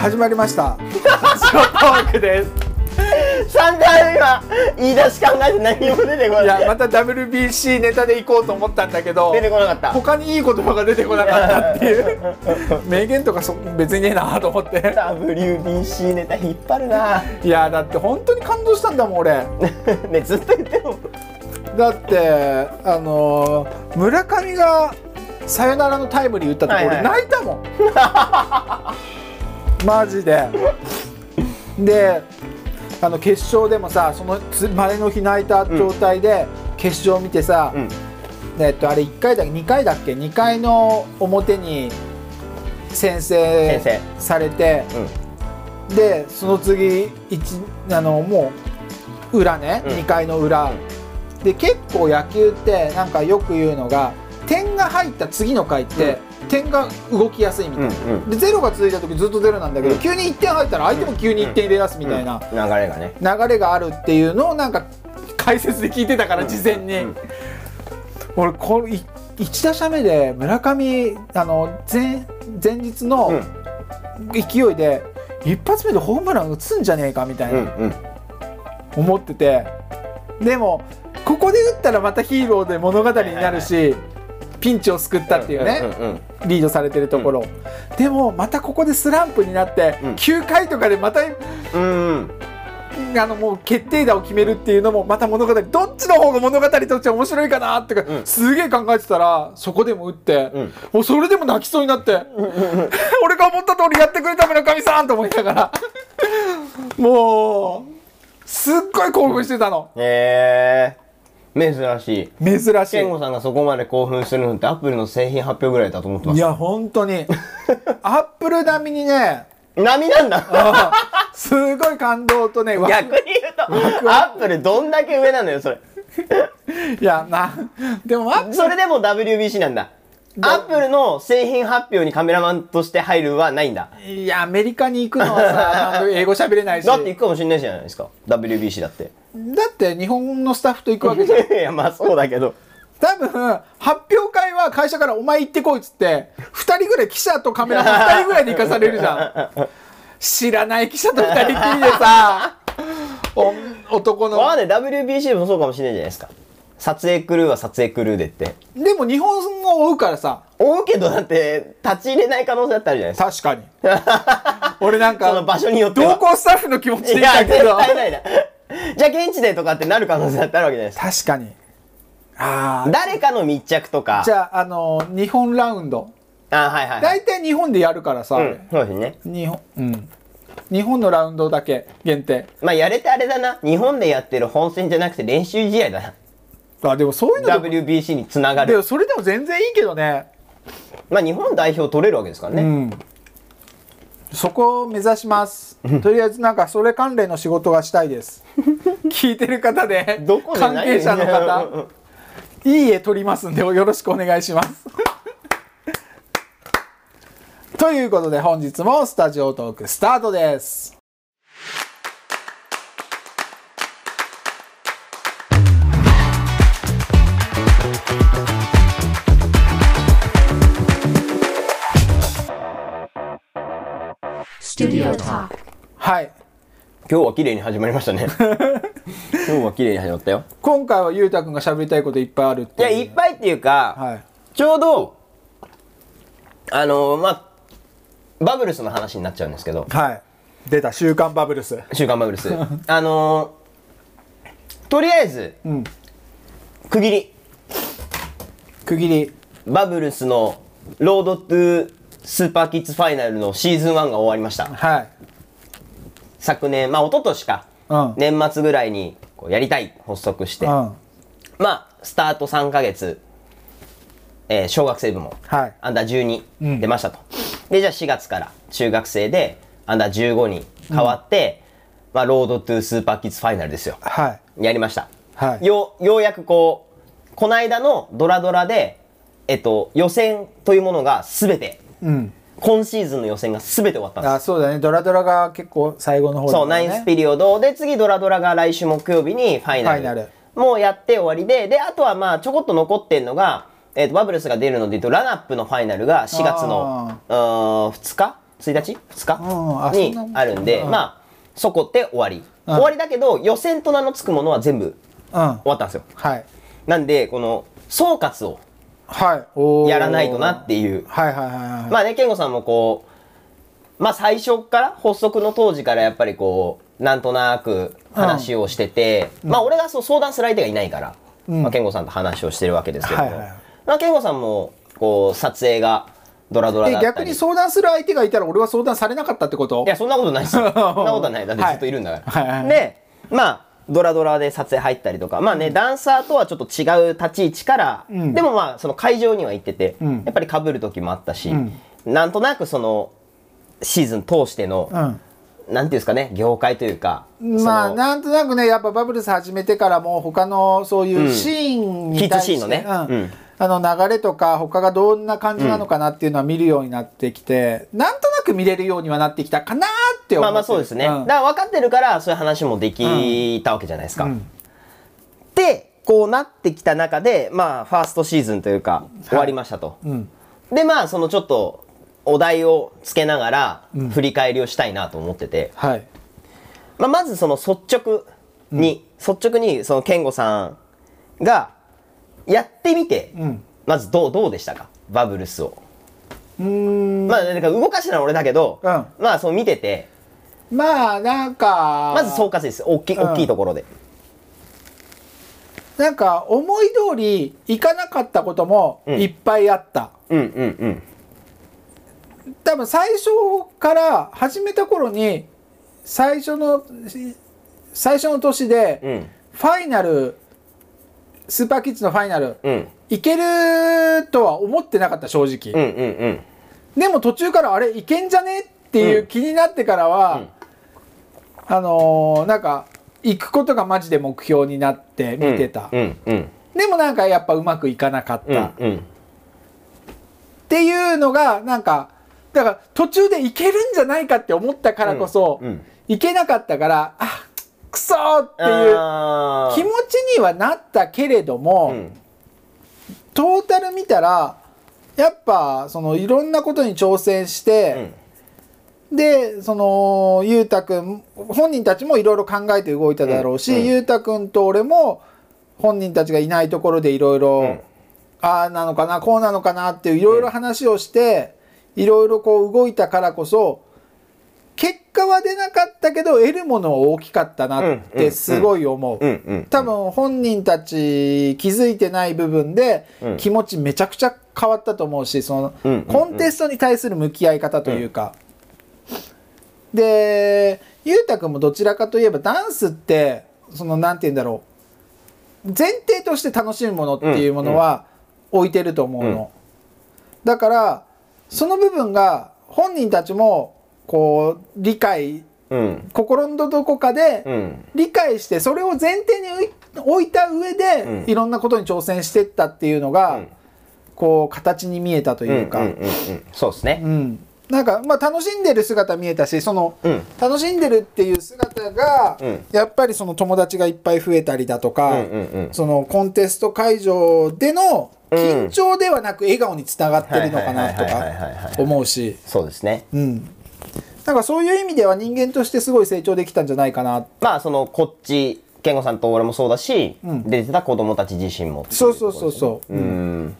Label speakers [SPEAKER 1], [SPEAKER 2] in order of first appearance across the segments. [SPEAKER 1] 始まりました
[SPEAKER 2] ショートトークです。
[SPEAKER 3] 散々今言い出し考えて何も出てこ
[SPEAKER 2] いや、
[SPEAKER 3] ない
[SPEAKER 2] また WBC ネタで行こうと思ったんだけど
[SPEAKER 3] 出、てこなかった
[SPEAKER 2] 他にいい言葉が出てこなかったっていう。 名言とかそ別にねえなと思って。
[SPEAKER 3] WBC ネタ引っ張るな
[SPEAKER 2] いや、だって本当に感動したんだもん、俺。
[SPEAKER 3] ねずっと言ってるもん
[SPEAKER 2] だって、あのー村上がさよならのタイムリー打ったとこ、
[SPEAKER 3] はいはい
[SPEAKER 2] 俺泣いたもん。 マジで。で、あの決勝でもさ、そのつ前の日泣いた状態で、決勝見てさ、
[SPEAKER 3] うん
[SPEAKER 2] えっと、あれ1回だっけ2回だっけ2回の表に先制
[SPEAKER 3] 先
[SPEAKER 2] されてでその次一あのもう裏ね、
[SPEAKER 3] うん
[SPEAKER 2] 2回の裏、で結構野球ってなんかよく言うのが点が入った次の回って、点が動きやすいみたいな、
[SPEAKER 3] うんうん
[SPEAKER 2] でゼロが続いた時ずっとゼロなんだけど、
[SPEAKER 3] うん
[SPEAKER 2] 急に1点入ったら相手も急に1点入れ出すみたいな、
[SPEAKER 3] 流れがね
[SPEAKER 2] 流れがあるっていうのをなんか解説で聞いてたから事前に、
[SPEAKER 3] うん
[SPEAKER 2] 俺これ1打者目で村上あの前前日
[SPEAKER 3] う
[SPEAKER 2] の
[SPEAKER 3] ん
[SPEAKER 2] 勢いで一発目でホームラン打つんじゃねえかみたい
[SPEAKER 3] うん
[SPEAKER 2] な思っててでもここで打ったらまたヒーローで物語になるしピンチを救ったっていうね
[SPEAKER 3] うんうん
[SPEAKER 2] リードされてるところでもまたここでスランプになって
[SPEAKER 3] うん
[SPEAKER 2] 9回とかでまた
[SPEAKER 3] うんうん
[SPEAKER 2] あのもう決定打を決めるっていうのもまた物語どっちの方が物語として面白いかなってか、
[SPEAKER 3] うん
[SPEAKER 2] すげえ考えてたらそこでも打って、
[SPEAKER 3] うん
[SPEAKER 2] もうそれでも泣きそうになって 俺が思った通りやってくれた村上さんと思いながらもうすっごい興奮してたの
[SPEAKER 3] へえ珍しい
[SPEAKER 2] 珍し
[SPEAKER 3] 健吾
[SPEAKER 2] い
[SPEAKER 3] さんがそこまで興奮するのってアップルの製品発表ぐらいだと思ってま
[SPEAKER 2] い
[SPEAKER 3] す
[SPEAKER 2] や本当にアップル並みにね
[SPEAKER 3] 波なんだ
[SPEAKER 2] あーすごい感動とねわ
[SPEAKER 3] 逆に言うとアップルどんだけ上なのよそれ
[SPEAKER 2] いやなでもアップ
[SPEAKER 3] それでも WBC なんだアップルの製品発表にカメラマンとして入るはないんだ
[SPEAKER 2] いやアメリカに行くのは さ英語喋れないし
[SPEAKER 3] だって行くかもしれないじゃないですか WBC だって
[SPEAKER 2] だって日本のスタッフと行くわけじゃん
[SPEAKER 3] いやまあそうだけど
[SPEAKER 2] 多分発表会は会社から「お前行ってこい」っつって2人ぐらい記者とカメラマン2人ぐらいで行かされるじゃん知らない記者と2人きりでさお男の
[SPEAKER 3] まあね WBC でもそうかもしれないじゃないですか撮影クルーは撮影クルーでって
[SPEAKER 2] でも日本語を追うからさ
[SPEAKER 3] 追うけどだって立ち入れない可能性だってあるじゃないですか
[SPEAKER 2] 確かに俺なん
[SPEAKER 3] その
[SPEAKER 2] か
[SPEAKER 3] 場所によっては
[SPEAKER 2] 同行スタッフの気持ち
[SPEAKER 3] い
[SPEAKER 2] でいた
[SPEAKER 3] や
[SPEAKER 2] け
[SPEAKER 3] 絶
[SPEAKER 2] ど
[SPEAKER 3] 対ないなじゃあ現地でとかってなる可能性だってあるわけじゃないですか
[SPEAKER 2] 確かにああ
[SPEAKER 3] 誰かの密着とか
[SPEAKER 2] じゃああの日本ラウンド
[SPEAKER 3] あはいはい、はい、
[SPEAKER 2] 大体日本でやるからさ、あ
[SPEAKER 3] う
[SPEAKER 2] れ
[SPEAKER 3] んそうですね
[SPEAKER 2] 日本うん日本のラウンドだけ限定
[SPEAKER 3] まあやれてあれだな日本でやってる本戦じゃなくて練習試合だ
[SPEAKER 2] あでもそういうの
[SPEAKER 3] な
[SPEAKER 2] でも
[SPEAKER 3] WBC につなが
[SPEAKER 2] で
[SPEAKER 3] る
[SPEAKER 2] もそれでも全然いいけどね
[SPEAKER 3] まあ日本代表取れるわけですからね、
[SPEAKER 2] うんそこを目指しますとりあえずなんかそれ関連の仕事がしたいです 聞いてる方で
[SPEAKER 3] どこで
[SPEAKER 2] 関
[SPEAKER 3] 何
[SPEAKER 2] 係者の 方いい絵撮りますんでよろしくお願いします ということで本日もスタジオトークスタートですはい
[SPEAKER 3] 今日は綺麗に始まりましたね今日は綺麗に始まったよ
[SPEAKER 2] 今回はゆうたくんが喋りたいこといっぱいあるって
[SPEAKER 3] いや
[SPEAKER 2] いう
[SPEAKER 3] いっぱいっていうか、
[SPEAKER 2] はい
[SPEAKER 3] ちょうどあのまあバブルスの話になっちゃうんですけど
[SPEAKER 2] はい出た「週刊バブルス」
[SPEAKER 3] 週刊バブルスあのとりあえず
[SPEAKER 2] うん
[SPEAKER 3] 区切り
[SPEAKER 2] 区切り
[SPEAKER 3] バブルスのロードトゥスーパーキッズファイナルのシーズン1が終わりました
[SPEAKER 2] はい
[SPEAKER 3] 昨年まあ一昨年か、
[SPEAKER 2] うん
[SPEAKER 3] 年末ぐらいにこうやりたい発足して、
[SPEAKER 2] うん
[SPEAKER 3] まあ、スタート3ヶ月、えー小学生部門、
[SPEAKER 2] はい
[SPEAKER 3] アンダー
[SPEAKER 2] うん
[SPEAKER 3] 12出ましたと。で、じゃあ4月から中学生で、アンダー15に変わって、まあ、ロードトゥースーパーキッズファイナルですよ。
[SPEAKER 2] はい
[SPEAKER 3] やりました。
[SPEAKER 2] はい
[SPEAKER 3] よう、ようやくこう、この間のドラドラで、えっと、予選というものが全て
[SPEAKER 2] うん
[SPEAKER 3] 今シーズンの予選が全て終わったんです
[SPEAKER 2] あそうだねドラドラが結構最後の方だ
[SPEAKER 3] そう、
[SPEAKER 2] もん
[SPEAKER 3] ナイ
[SPEAKER 2] ね
[SPEAKER 3] ンスピリオドで次ドラドラが来週木曜日にファイナル
[SPEAKER 2] ファイナル
[SPEAKER 3] もうやって終わりでであとはまあちょこっと残ってんのが、えー、とバブルスが出るので言うとラナップのファイナルが4月のうーん2日1日
[SPEAKER 2] んあそ
[SPEAKER 3] ?2 日
[SPEAKER 2] んなも
[SPEAKER 3] に
[SPEAKER 2] ん
[SPEAKER 3] あるんでまあそこって終わり終わりだけど予選と名の付くものは全部
[SPEAKER 2] うん
[SPEAKER 3] 終わったんですよ
[SPEAKER 2] はい
[SPEAKER 3] なんでこの総括を
[SPEAKER 2] はいおー
[SPEAKER 3] やらないとなっていう
[SPEAKER 2] はいはいはいはい、
[SPEAKER 3] まあね、健吾さんもこう、まあ最初から、発足の当時からやっぱりこう、なんとなく話をしてて、まあ俺がそう相談する相手がいないから、まあ健吾さんと話をしてるわけですけども、
[SPEAKER 2] はいはい
[SPEAKER 3] まあ健吾さんも、こう、撮影がドラドラだ
[SPEAKER 2] で
[SPEAKER 3] った
[SPEAKER 2] 逆
[SPEAKER 3] り。
[SPEAKER 2] に相談する相手がいたら俺は相談されなかったってこと
[SPEAKER 3] いや、そんなことないですよ。そんなことはない。だってずっといるんだか
[SPEAKER 2] はいはいはいはい
[SPEAKER 3] ら。で、まあ、ドラドラで撮影入ったりとか、まあね、ダンサーとはちょっと違う立ち位置から、でもまあ、その会場には行ってて、やっぱり被る時もあったし、なんとなくその、シーズン通しての、
[SPEAKER 2] うん
[SPEAKER 3] なんていうんですかね、業界というか、
[SPEAKER 2] まあ
[SPEAKER 3] その
[SPEAKER 2] なんとなくねやっぱバブルス始めてからもう他のそういうシーンに対して、
[SPEAKER 3] ヒットシーンのね
[SPEAKER 2] うん
[SPEAKER 3] うん
[SPEAKER 2] あの流れとか他がどんな感じなのかなっていうのは見るようになってきて、なんとなく見れるようにはなってきたかなって思ってる
[SPEAKER 3] まあまあそうですね。
[SPEAKER 2] ん
[SPEAKER 3] だから分かってるから、そういう話もできたわけじゃないですか。で、こうなってきた中で、まあ、ファーストシーズンというか、終わりましたと。
[SPEAKER 2] うん
[SPEAKER 3] でまあそのちょっとお題をつけながら振り返りをしたいなと思ってて、
[SPEAKER 2] はい
[SPEAKER 3] まあ、まずその率直に、率直にその健吾さんがやってみて、
[SPEAKER 2] ん
[SPEAKER 3] まずどうどうでしたかバブルスを。
[SPEAKER 2] うーん
[SPEAKER 3] まあだから動かしたのは俺だけど、
[SPEAKER 2] うん
[SPEAKER 3] まあそう見てて
[SPEAKER 2] まあなんか
[SPEAKER 3] まず総括です大きい大きいところで。
[SPEAKER 2] なんか思い通りいかなかったこともいっぱいあった、
[SPEAKER 3] うんうんうん。
[SPEAKER 2] 多分最初から始めた頃に最初の最初の年で、
[SPEAKER 3] うん
[SPEAKER 2] ファイナルスーパーキッズのファイナル
[SPEAKER 3] うん
[SPEAKER 2] いけるとは思ってなかった正
[SPEAKER 3] う
[SPEAKER 2] 直、
[SPEAKER 3] んうんうん。
[SPEAKER 2] でも途中からあれいけんじゃねっていう気になってからは、あのーなんか行くことがマジで目標になって見てた、
[SPEAKER 3] うんうん
[SPEAKER 2] でもなんかやっぱうまくいかなかっ
[SPEAKER 3] うん
[SPEAKER 2] た、
[SPEAKER 3] うん
[SPEAKER 2] っていうのがなんかだから途中でいけるんじゃないかって思ったからこそ、
[SPEAKER 3] うんうん
[SPEAKER 2] いけなかったからあくそーっていう
[SPEAKER 3] あー
[SPEAKER 2] 気持ちにはなったけれども、
[SPEAKER 3] うん
[SPEAKER 2] トータル見たらやっぱそのいろんなことに挑戦し
[SPEAKER 3] う
[SPEAKER 2] て
[SPEAKER 3] ん、
[SPEAKER 2] でそのゆうたくん本人たちもいろいろ考えて動いただろうし、
[SPEAKER 3] うんうん
[SPEAKER 2] ゆうたくんと俺も本人たちがいないところでいろい
[SPEAKER 3] うん
[SPEAKER 2] ろああなのかなこうなのかなっていういろいろ話をしていろいろこう動いたからこそ結果は出なかったけど得るものは大きかったなっ
[SPEAKER 3] うんうん
[SPEAKER 2] てすごい思う。
[SPEAKER 3] うんうん
[SPEAKER 2] 多分本人たち気づいてない部分で
[SPEAKER 3] うん
[SPEAKER 2] 気持ちめちゃくちゃ変わったと思うしそ
[SPEAKER 3] うんうん
[SPEAKER 2] の
[SPEAKER 3] うん
[SPEAKER 2] コンテストに対する向き合い方というか。で裕太君もどちらかといえばダンスってそのなんて言うんだろう前提として楽しむものっていうものは置いてると思う
[SPEAKER 3] うん
[SPEAKER 2] の。だからその部分が本人たちもこう理解
[SPEAKER 3] うん
[SPEAKER 2] 心のどこかで
[SPEAKER 3] うん
[SPEAKER 2] 理解してそれを前提に置いた上で、
[SPEAKER 3] うん
[SPEAKER 2] いろんなことに挑戦してったっていうのが、
[SPEAKER 3] うん
[SPEAKER 2] こう形に見えたというか、うん
[SPEAKER 3] んんんうんそうですね、
[SPEAKER 2] なんか、まあ、楽しんでる姿見えたしその、
[SPEAKER 3] うん
[SPEAKER 2] 楽しんでるっていう姿が、
[SPEAKER 3] うん
[SPEAKER 2] やっぱりその友達がいっぱい増えたりだとか、
[SPEAKER 3] うんうんうん
[SPEAKER 2] そのコンテスト会場での緊張ではなく笑顔につながってるのかなと
[SPEAKER 3] はいはいはいはいはいはい
[SPEAKER 2] か思うし。
[SPEAKER 3] そうですね
[SPEAKER 2] うんなんかそういう意味では人間としてすごい成長できたんじゃないかな
[SPEAKER 3] まあそのこっち健吾さんと俺もそうだし、
[SPEAKER 2] ん
[SPEAKER 3] 出てた子供たち自身も
[SPEAKER 2] そうそうそうそう、
[SPEAKER 3] ううん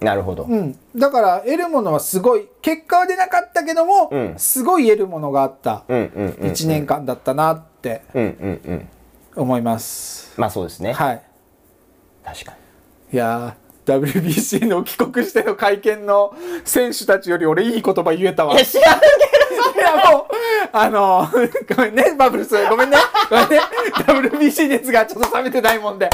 [SPEAKER 3] なるほど、
[SPEAKER 2] うん、だから得るものはすごい結果は出なかったけども、
[SPEAKER 3] うん
[SPEAKER 2] すごい得るものがあった
[SPEAKER 3] うん、うんうん
[SPEAKER 2] 1年間だったなって
[SPEAKER 3] うんうんうん
[SPEAKER 2] 思います、
[SPEAKER 3] まあそうですね、
[SPEAKER 2] はい
[SPEAKER 3] 確か
[SPEAKER 2] いやー WBC の帰国しての会見の選手たちより俺いい言葉言えたわ
[SPEAKER 3] にいや知らんけ
[SPEAKER 2] いやもうあのごめんねバブルスごめんねごめんね WBC 熱がちょっと冷めてないもんで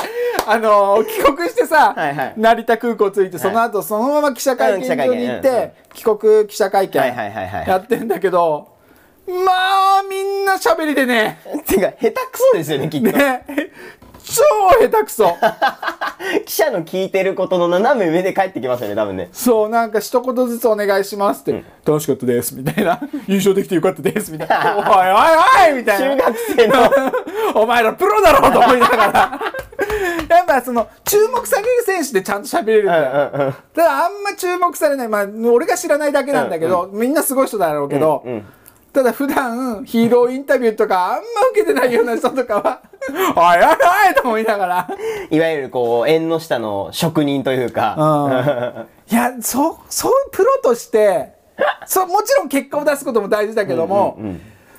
[SPEAKER 2] あの帰国してさ
[SPEAKER 3] はいはい
[SPEAKER 2] 成田空港着いてその後そのまま記者会見場に行っ
[SPEAKER 3] うん記者会見うんうん
[SPEAKER 2] て帰国記者会見
[SPEAKER 3] はいはいはいはい
[SPEAKER 2] やってんだけどまあみんな喋りでね
[SPEAKER 3] どてか下手くそですよねきっと、
[SPEAKER 2] ね超下手くそ
[SPEAKER 3] 記者の聞いてることの斜め上で帰ってきますよね、多分ね。
[SPEAKER 2] そう、なんか一言ずつお願いしますって、楽しかったです、みたいな。優勝できてよかったです、みたいな。おいおいおいみたい
[SPEAKER 3] 中
[SPEAKER 2] な。
[SPEAKER 3] 学生の。
[SPEAKER 2] お前らプロだろうと思いながら。やっぱその、注目される選手でちゃんと喋れるんだよ。
[SPEAKER 3] うんうん
[SPEAKER 2] ただあんま注目されない。まあ、俺が知らないだけなんだけど、みんなすごい人だろうけど、
[SPEAKER 3] うんうん
[SPEAKER 2] ただ普段ヒーローインタビューとかあんま受けてないような人とかは、おいおいおいと思いながら。
[SPEAKER 3] いわゆるこう、縁の下の職人というか。
[SPEAKER 2] いや、そ、そう、プロとして、そもちろん結果を出すことも大事だけども、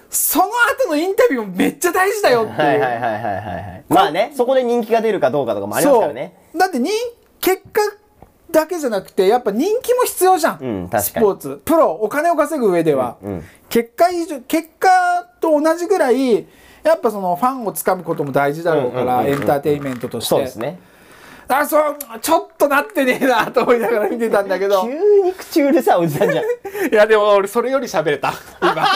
[SPEAKER 2] その後のインタビューもめっちゃ大事だよっていう。
[SPEAKER 3] はいはいはいはいはいはい。まあね、そこで人気が出るかどうかとかもありますからね。
[SPEAKER 2] そうだってに結果だけじゃなくてやっぱ人気も必要じゃん、
[SPEAKER 3] うん確かに
[SPEAKER 2] スポーツプロお金を稼ぐ上では、
[SPEAKER 3] うんうん
[SPEAKER 2] 結果以上結果と同じぐらいやっぱそのファンをつかむことも大事だろうから、
[SPEAKER 3] うんうんうんうん
[SPEAKER 2] エンターテインメントとして
[SPEAKER 3] そうですね。
[SPEAKER 2] あそうちょっとなってねえなと思いながら見てたんだけど
[SPEAKER 3] 急に口うるさいおじさ んじゃん。
[SPEAKER 2] いやでも俺それより喋れた 今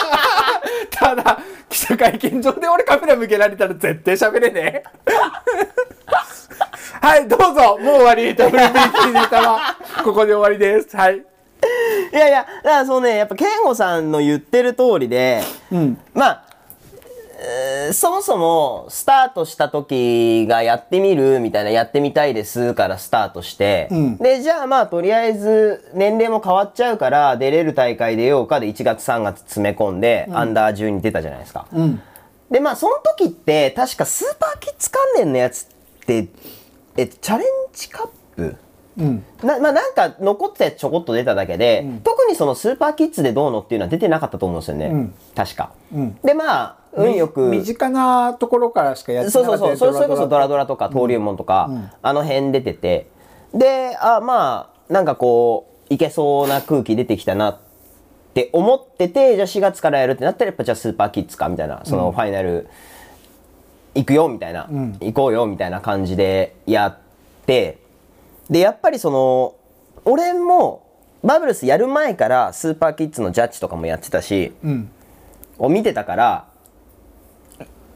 [SPEAKER 2] ただ記者会見場で俺カメラ向けられたら絶対喋れね えはいどうぞもう終わり WBT ネタはここで終わりですはい
[SPEAKER 3] いやいや、だからそうね、やっぱ健吾さんの言ってる通りで、
[SPEAKER 2] うん
[SPEAKER 3] まあ、えーそもそもスタートした時がやってみるみたいなやってみたいですからスタートして、
[SPEAKER 2] ん
[SPEAKER 3] でじゃあまあとりあえず年齢も変わっちゃうから出れる大会出ようかで1月3月詰め込んで、アンダー1 2に出たじゃないですか、
[SPEAKER 2] うん
[SPEAKER 3] でまあその時って確かスーパーキッズ関連のやつってえチャレンジカップ
[SPEAKER 2] うん
[SPEAKER 3] なまあ、なんか残ってたやつちょこっと出ただけで、特にそのスーパーキッズでどうのっていうのは出てなかったと思うんですよね、
[SPEAKER 2] ん
[SPEAKER 3] 確か、
[SPEAKER 2] ん
[SPEAKER 3] でまあ運よく
[SPEAKER 2] 身近なところからしかやってなか
[SPEAKER 3] そ
[SPEAKER 2] っ
[SPEAKER 3] う
[SPEAKER 2] た
[SPEAKER 3] そうそうそれそれこそドラドラとか登竜門とか、あの辺出ててであまあなんかこういけそうな空気出てきたなって思っててじゃあ4月からやるってなったらやっぱじゃあスーパーキッズかみたいなそのファイナル行くよみたいな、行こうよみたいな感じでやってでやっぱりその俺もバブルスやる前からスーパーキッズのジャッジとかもやってたし、
[SPEAKER 2] うん
[SPEAKER 3] を見てたから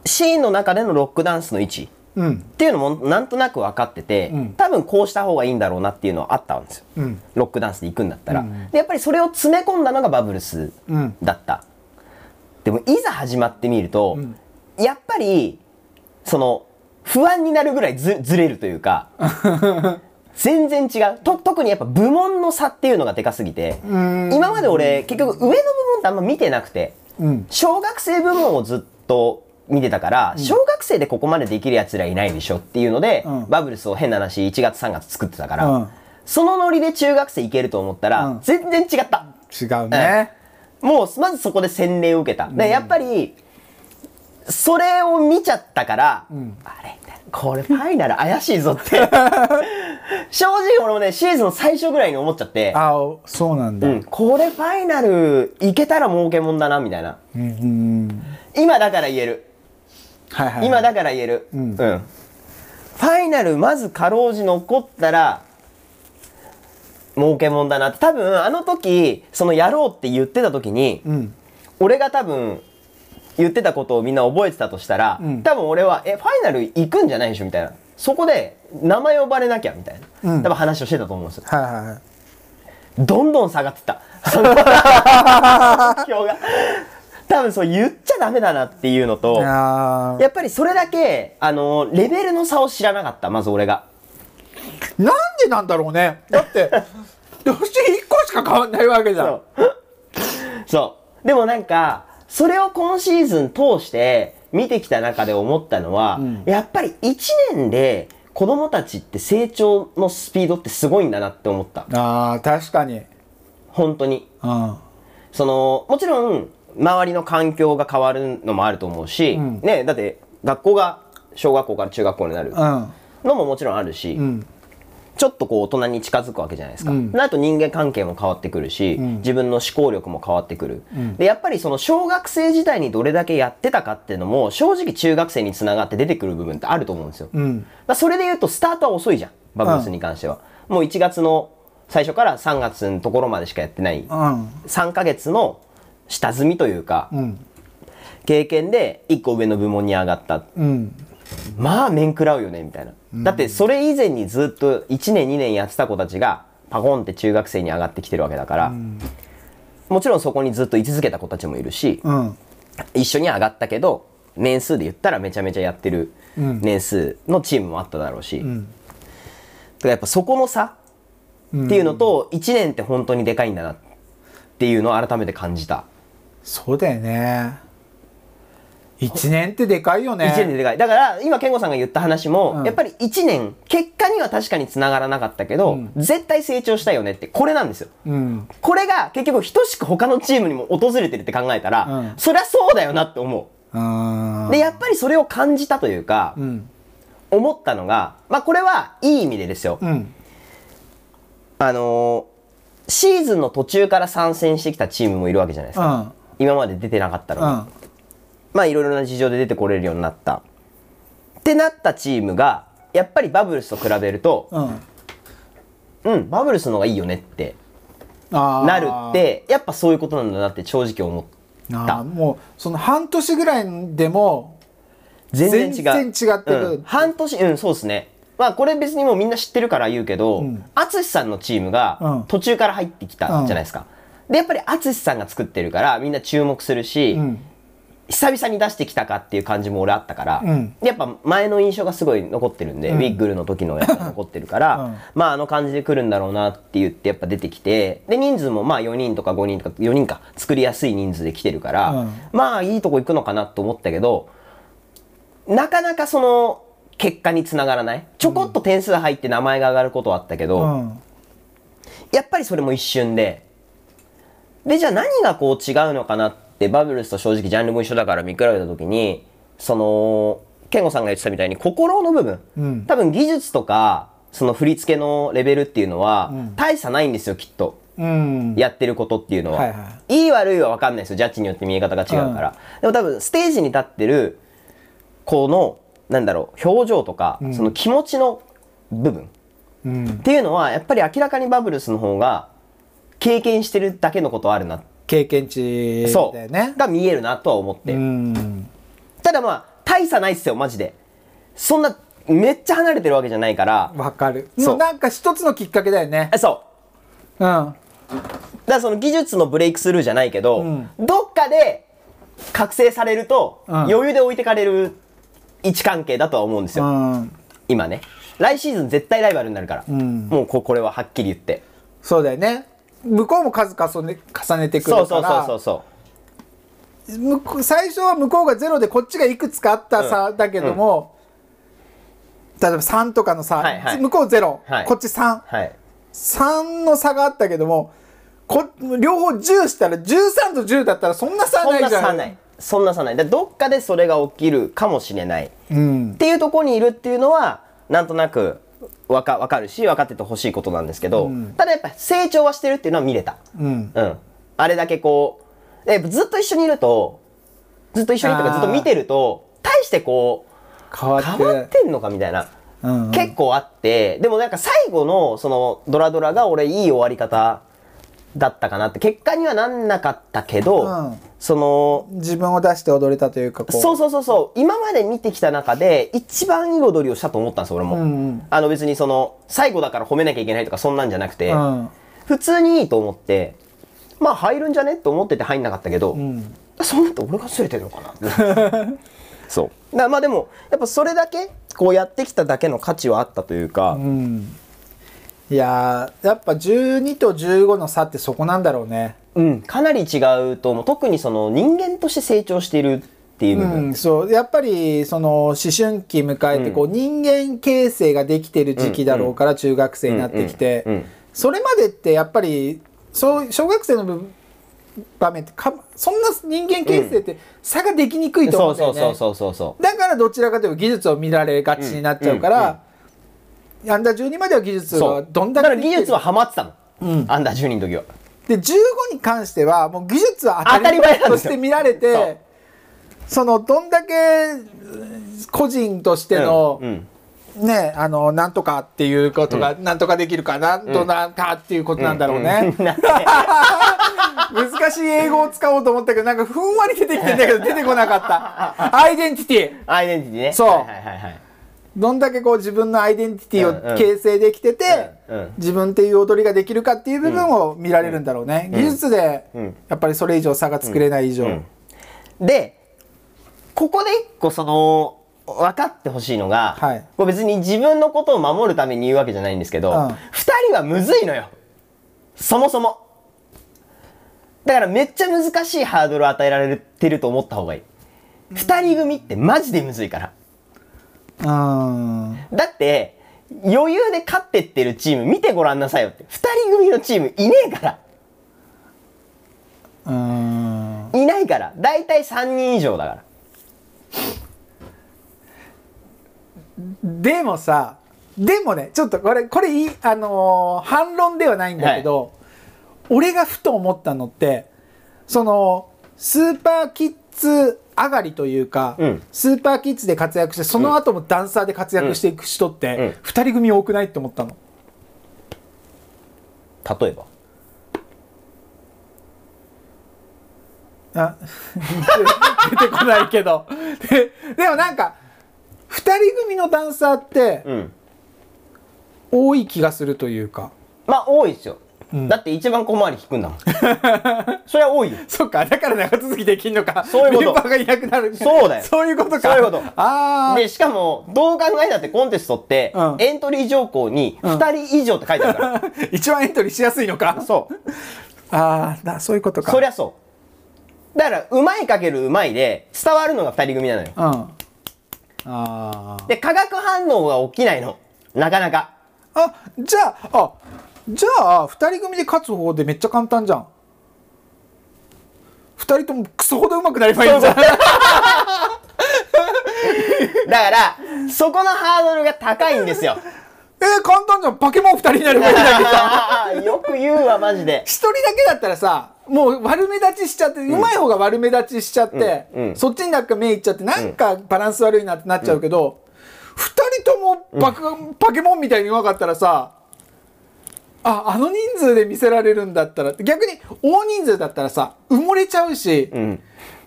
[SPEAKER 3] シーンの中でのロックダンスの位置
[SPEAKER 2] うん
[SPEAKER 3] っていうのもなんとなく分かってて、多分こうした方がいいんだろうなっていうのはあったんですよ、
[SPEAKER 2] うん
[SPEAKER 3] ロックダンスで行くんだったら、でやっぱりそれを詰め込んだのがバブルス
[SPEAKER 2] うん
[SPEAKER 3] だった、でもいざ始まってみると、やっぱりその不安になるぐらいずずれるとい うか全然違うと特にやっぱ部門の差っていうのがでかすぎて今まで俺結局上の部門ってあんま見てなくて、
[SPEAKER 2] うん
[SPEAKER 3] 小学生部門をずっと見てたから、小学生でここまでできるやつらいないでしょっていうので、
[SPEAKER 2] ん
[SPEAKER 3] バブルスを変な話1月3月作ってたから、
[SPEAKER 2] うん
[SPEAKER 3] そのノリで中学生いけると思ったら、
[SPEAKER 2] うん
[SPEAKER 3] 全然違った
[SPEAKER 2] 違うね
[SPEAKER 3] もうまずそこで洗礼を受けた、でやっぱりそれを見ちゃったから、あれみたいなこれファイナル怪しいぞって正直俺もねシーズンの最初ぐらいに思っちゃって
[SPEAKER 2] あそうなんだ
[SPEAKER 3] うん、これファイナルいけたら儲けもんだなみたいな、今だから言える
[SPEAKER 2] はいはい
[SPEAKER 3] 今だから言える、うん
[SPEAKER 2] ん
[SPEAKER 3] ファイナルまずかろうじ残ったら儲けもんだなって多分あの時そのやろうって言ってた時に、
[SPEAKER 2] うん
[SPEAKER 3] 俺が多分言ってたことをみんな覚えてたとしたら、
[SPEAKER 2] ん
[SPEAKER 3] 多分俺は「えファイナル行くんじゃないでしょ」みたいなそこで名前呼ばれなきゃみたいな、
[SPEAKER 2] うん
[SPEAKER 3] 多分話をしてたと思うんですよ
[SPEAKER 2] はいはいはい
[SPEAKER 3] どんどん下がってった。その 目標が。多分そう言っちゃダメだなっていうのと、や
[SPEAKER 2] あー
[SPEAKER 3] っぱりそれだけ、あの、レベルの差を知らなかった、まず俺が。
[SPEAKER 2] なんでなんだろうねだって どうして1個しか変わんないわけじゃん
[SPEAKER 3] そう そう。でもなんか、それを今シーズン通して見てきた中で思ったのは、やっぱり1年で子供たちって成長のスピードってすごいんだなって思った。
[SPEAKER 2] ああ確かに
[SPEAKER 3] 本当に。
[SPEAKER 2] うん
[SPEAKER 3] そのもちろん周りの環境が変わるのもあると思うし、ね、だって学校が小学校から中学校になる
[SPEAKER 2] うん
[SPEAKER 3] のももちろんあるし、
[SPEAKER 2] ん
[SPEAKER 3] ちょっとこう大人に近づくわけじゃないですか、
[SPEAKER 2] うん
[SPEAKER 3] あと人間関係も変わってくるし、自分の思考力も変わってくる、でやっぱりその小学生時代にどれだけやってたかっていうのも正直中学生につながって出てくる部分ってあると思うんですよ、
[SPEAKER 2] うん
[SPEAKER 3] まあ、それで言うとスタートは遅いじゃんバブルスに関しては、もう1月の最初から3月のところまでしかやってない
[SPEAKER 2] うん
[SPEAKER 3] 3ヶ月の下積みというか、
[SPEAKER 2] ん
[SPEAKER 3] 経験で1個上の部門に上がった
[SPEAKER 2] うん
[SPEAKER 3] まあ面食らうよねみたいな、だってそれ以前にずっと1年2年やってた子たちがパコンって中学生に上がってきてるわけだから、もちろんそこにずっと居続けた子たちもいるし、
[SPEAKER 4] うん
[SPEAKER 3] 一緒に上がったけど年数で言ったらめちゃめちゃやってる年数のチームもあっただろうし、だからやっぱそこの差っていうのと1年って本当にでかいんだなっていうのを改めて感じた、
[SPEAKER 4] そうだよね1年ってでかいよね
[SPEAKER 3] 1年ででかいだから今健吾さんが言った話も、やっぱり1年結果には確かにつながらなかったけど、絶対成長したよねってこれなんですよ
[SPEAKER 4] うん
[SPEAKER 3] これが結局等しく他のチームにも訪れてるって考えたら、
[SPEAKER 4] うん
[SPEAKER 3] そりゃそうだよなって思
[SPEAKER 4] うん
[SPEAKER 3] うでやっぱりそれを感じたというか、
[SPEAKER 4] うん
[SPEAKER 3] 思ったのが、まあ、これはいい意味でですよ、
[SPEAKER 4] うん
[SPEAKER 3] あのーシーズンの途中から参戦してきたチームもいるわけじゃないです
[SPEAKER 4] う
[SPEAKER 3] か、
[SPEAKER 4] ん
[SPEAKER 3] 今まで出てなかったの
[SPEAKER 4] う
[SPEAKER 3] に、
[SPEAKER 4] ん
[SPEAKER 3] まあいろいろな事情で出てこれるようになったってなったチームがやっぱりバブルスと比べると
[SPEAKER 4] うん
[SPEAKER 3] うんバブルスの方がいいよねって
[SPEAKER 4] あー
[SPEAKER 3] なるってやっぱそういうことなんだなって正直思った
[SPEAKER 4] あーもうその半年ぐらいでも
[SPEAKER 3] 全然違う
[SPEAKER 4] 全然違ってくる
[SPEAKER 3] うん半年うんそうですねまあこれ別にもうみんな知ってるから言うけど淳、さんのチーム
[SPEAKER 4] う
[SPEAKER 3] が
[SPEAKER 4] ん
[SPEAKER 3] 途中から入ってきたじゃないですか、でやっぱり淳さんが作ってるからみんな注目するし、
[SPEAKER 4] ん
[SPEAKER 3] 久々に出してきたかっていう感じも俺あったから、
[SPEAKER 4] うん
[SPEAKER 3] やっぱ前の印象がすごい残ってるんで、ウィッグルの時のやつが残ってるから、
[SPEAKER 4] うん
[SPEAKER 3] まああの感じで来るんだろうなって言ってやっぱ出てきてで人数もまあ4人とか5人とか4人か作りやすい人数で来てるから、
[SPEAKER 4] うん
[SPEAKER 3] まあいいとこ行くのかなと思ったけどなかなかその結果につながらないちょこっと点数入って名前が上がることはあったけど、
[SPEAKER 4] うん
[SPEAKER 3] やっぱりそれも一瞬ででじゃあ何がこう違うのかなってバブルスと正直ジャンルも一緒だから見比べた時にその健吾さんが言ってたみたいに心の部分、
[SPEAKER 4] うん
[SPEAKER 3] 多分技術とかその振り付けのレベルっていうのは大差ないんですよきっと。
[SPEAKER 4] うん
[SPEAKER 3] やってることっていうのは、
[SPEAKER 4] はいい
[SPEAKER 3] い
[SPEAKER 4] はい
[SPEAKER 3] 悪いは分かんないですよジャッジによって見え方が違うから、でも多分ステージに立ってる子のなんだろう表情とか、その気持ちの部分
[SPEAKER 4] うん
[SPEAKER 3] っていうのはやっぱり明らかにバブルスの方が経験してるだけのことあるな、
[SPEAKER 4] 経験値
[SPEAKER 3] そ
[SPEAKER 4] だよ
[SPEAKER 3] う
[SPEAKER 4] ね
[SPEAKER 3] が見えるなとは思って、
[SPEAKER 4] うん
[SPEAKER 3] ただまあ大差ないっすよマジでそんなめっちゃ離れてるわけじゃないから
[SPEAKER 4] わかる
[SPEAKER 3] そう
[SPEAKER 4] もうなんか一つのきっかけだよね
[SPEAKER 3] あそう
[SPEAKER 4] うん
[SPEAKER 3] だからその技術のブレイクスルーじゃないけど、
[SPEAKER 4] ん
[SPEAKER 3] どっかで覚醒されると
[SPEAKER 4] ん
[SPEAKER 3] 余裕で置いてかれる位置関係だとは思うんです
[SPEAKER 4] う
[SPEAKER 3] よ、
[SPEAKER 4] ん
[SPEAKER 3] 今ね来シーズン絶対ライバルになるから、
[SPEAKER 4] ん
[SPEAKER 3] もうここれははっきり言って
[SPEAKER 4] そうだよね向こうも数重ね重ねてくる
[SPEAKER 3] そ
[SPEAKER 4] から
[SPEAKER 3] うそうそうそうそ
[SPEAKER 4] 向こう最初は向こうがゼロでこっちがいくつかあった差だけども、例えば3とかの差、
[SPEAKER 3] はいはい
[SPEAKER 4] 向こうゼロ、
[SPEAKER 3] はい
[SPEAKER 4] こっち3
[SPEAKER 3] うはい
[SPEAKER 4] 3の差があったけどもこ両方10したら13と10だったらそんな差
[SPEAKER 3] そ
[SPEAKER 4] なんい
[SPEAKER 3] な
[SPEAKER 4] じゃん
[SPEAKER 3] 差ないそんな差ないだからどっかでそれが起きるかもしれない、っていうところにいるっていうのはなんとなくわかわかるし分かっててほしいことなんですけど、ただやっぱ成長はしてるっていうのは見れた、
[SPEAKER 4] うん
[SPEAKER 3] うん、あれだけこうやっぱずっと一緒にいるとずっと一緒にとか
[SPEAKER 4] あー
[SPEAKER 3] ずっと見てると大してこ
[SPEAKER 4] 変わ
[SPEAKER 3] う
[SPEAKER 4] って
[SPEAKER 3] 変わってんのかみたいな、
[SPEAKER 4] うんうん
[SPEAKER 3] 結構あってでもなんか最後のそのドラドラが俺いい終わり方だったかなって結果にはなんなかったけど、
[SPEAKER 4] うん
[SPEAKER 3] その
[SPEAKER 4] 自分を出して踊れたというかこう
[SPEAKER 3] そうそうそうそう今まで見てきた中で一番いい踊りをしたと思ったんです俺も、
[SPEAKER 4] んうん
[SPEAKER 3] あの別にその最後だから褒めなきゃいけないとかそんなんじゃなくて、
[SPEAKER 4] うん
[SPEAKER 3] 普通にいいと思ってまあ入るんじゃねと思ってて入んなかったけど、
[SPEAKER 4] ん
[SPEAKER 3] そうなったら俺がずれてるのかな そうだからまあでもやっぱそれだけこうやってきただけの価値はあったというか、
[SPEAKER 4] うんいやーやっぱ12と15の差ってそこなんだろうね
[SPEAKER 3] うんかなり違うと思う特にその人間として成長しているっていう部
[SPEAKER 4] う
[SPEAKER 3] 分、
[SPEAKER 4] ん、そうやっぱりその思春期迎えてこう、人間形成ができてる時期だろうから中学生になってきて、
[SPEAKER 3] うんうんうん
[SPEAKER 4] それまでってやっぱりそう小学生の部場面ってかそんな人間形成って差ができにくいと
[SPEAKER 3] そ
[SPEAKER 4] 思う
[SPEAKER 3] うん
[SPEAKER 4] だよ
[SPEAKER 3] そうそ
[SPEAKER 4] ね。
[SPEAKER 3] うそうそうそう
[SPEAKER 4] だからどちらかというと技術を見られがちになっちゃうから、アンダー12までは技術
[SPEAKER 3] そ
[SPEAKER 4] は
[SPEAKER 3] う
[SPEAKER 4] どんだけ
[SPEAKER 3] から技術はハマってたの、
[SPEAKER 4] うん
[SPEAKER 3] アンダー12の時は
[SPEAKER 4] で15に関してはもう技術は当
[SPEAKER 3] 当た
[SPEAKER 4] たり
[SPEAKER 3] り前
[SPEAKER 4] 前
[SPEAKER 3] なん
[SPEAKER 4] と
[SPEAKER 3] です
[SPEAKER 4] し
[SPEAKER 3] よ
[SPEAKER 4] て見られ
[SPEAKER 3] そう
[SPEAKER 4] てそのどんだけうん個人としての、
[SPEAKER 3] うんうん
[SPEAKER 4] ねあのなんとかっていうことが、なんとかできるかなんとなんかっていうことなんだろうね、難難しい英語を使おうと思ったけど、なんかふんわり出てきてんだ けど、出てこなかった。アイデンティティ。
[SPEAKER 3] アイデンティティね
[SPEAKER 4] そう
[SPEAKER 3] はいはいはいはい
[SPEAKER 4] どんだけこう自分のアイデンティテ
[SPEAKER 3] うん
[SPEAKER 4] ィ
[SPEAKER 3] うん
[SPEAKER 4] を形成できてて、
[SPEAKER 3] うんうん
[SPEAKER 4] 自分っていう踊りができるかっていう部分を見られるんだろうね。技術で
[SPEAKER 3] うん、
[SPEAKER 4] やっぱりそれ以上差が作れない以上。
[SPEAKER 3] んでここで一個その分かってほしいのが、
[SPEAKER 4] はい
[SPEAKER 3] これ別に自分のことを守るために言うわけじゃないんですけど、
[SPEAKER 4] うん
[SPEAKER 3] 二人はむずいのよそもそもだからめっちゃ難しいハードルを与えられてると思った方がいい二人組ってマジでむずいから
[SPEAKER 4] うん。
[SPEAKER 3] だって余裕で勝ってってるチーム見てごらんなさいよって二人組のチームいねえから
[SPEAKER 4] うん。
[SPEAKER 3] いないから大体3人以上だから
[SPEAKER 4] でもさ、でもね、ちょっとこれ、これいい、あのー反論ではないんだけど、俺がふと思ったのって、その、スーパーキッズ上がりというか、
[SPEAKER 3] うん
[SPEAKER 4] スーパーキッズで活躍して、その後もダンサーで活躍していく人っ
[SPEAKER 3] うんうん
[SPEAKER 4] て、二、人組多くないって思ったの。
[SPEAKER 3] 例えば
[SPEAKER 4] あ 出てこないけど。ででもなんか、二人組のダンサーって
[SPEAKER 3] うん
[SPEAKER 4] 多い気がするというか。
[SPEAKER 3] まあ多いですよ、だって一番小回り引くんだも んそれは多いよ
[SPEAKER 4] そっか、だから長続きできんのか。
[SPEAKER 3] そういうこと
[SPEAKER 4] メンバーがいな くなる。
[SPEAKER 3] そうだよ
[SPEAKER 4] そういうことか。
[SPEAKER 3] そういうこと
[SPEAKER 4] ああ。
[SPEAKER 3] でしかもどう考えたってコンテストって、
[SPEAKER 4] うん
[SPEAKER 3] エントリー条項に2人以上って書いてある から、
[SPEAKER 4] 一番エントリー しやすいのか。
[SPEAKER 3] そう
[SPEAKER 4] ああ、だそういうことか。
[SPEAKER 3] そりゃそうだからうまいかけるうまいで伝わるのが2人組なのよ
[SPEAKER 4] うん。ああ。
[SPEAKER 3] で化学反応が起きないのなかなか
[SPEAKER 4] あ、じゃあ、あ、じゃあ、二人組で勝つ方法でめっちゃ簡単じゃん。二人ともクソほど上手くなればいいんじゃん。
[SPEAKER 3] だからそこのハードルが高いんですよ
[SPEAKER 4] えー、簡単じゃん。ポケモン二人になればいいんだけど。
[SPEAKER 3] あーよく言うわマジで
[SPEAKER 4] 一人だけだったらさもう悪目立ちしちゃって、うまい方が悪目立ちしちゃって、
[SPEAKER 3] うんうん
[SPEAKER 4] そっちになんか目いっちゃってなんかバランス悪いなってなっちゃうけど、二人ともバカ、パケモンみたいにうまかったらさああの人数で見せられるんだったら逆に大人数だったらさ埋もれちゃうし、
[SPEAKER 3] うん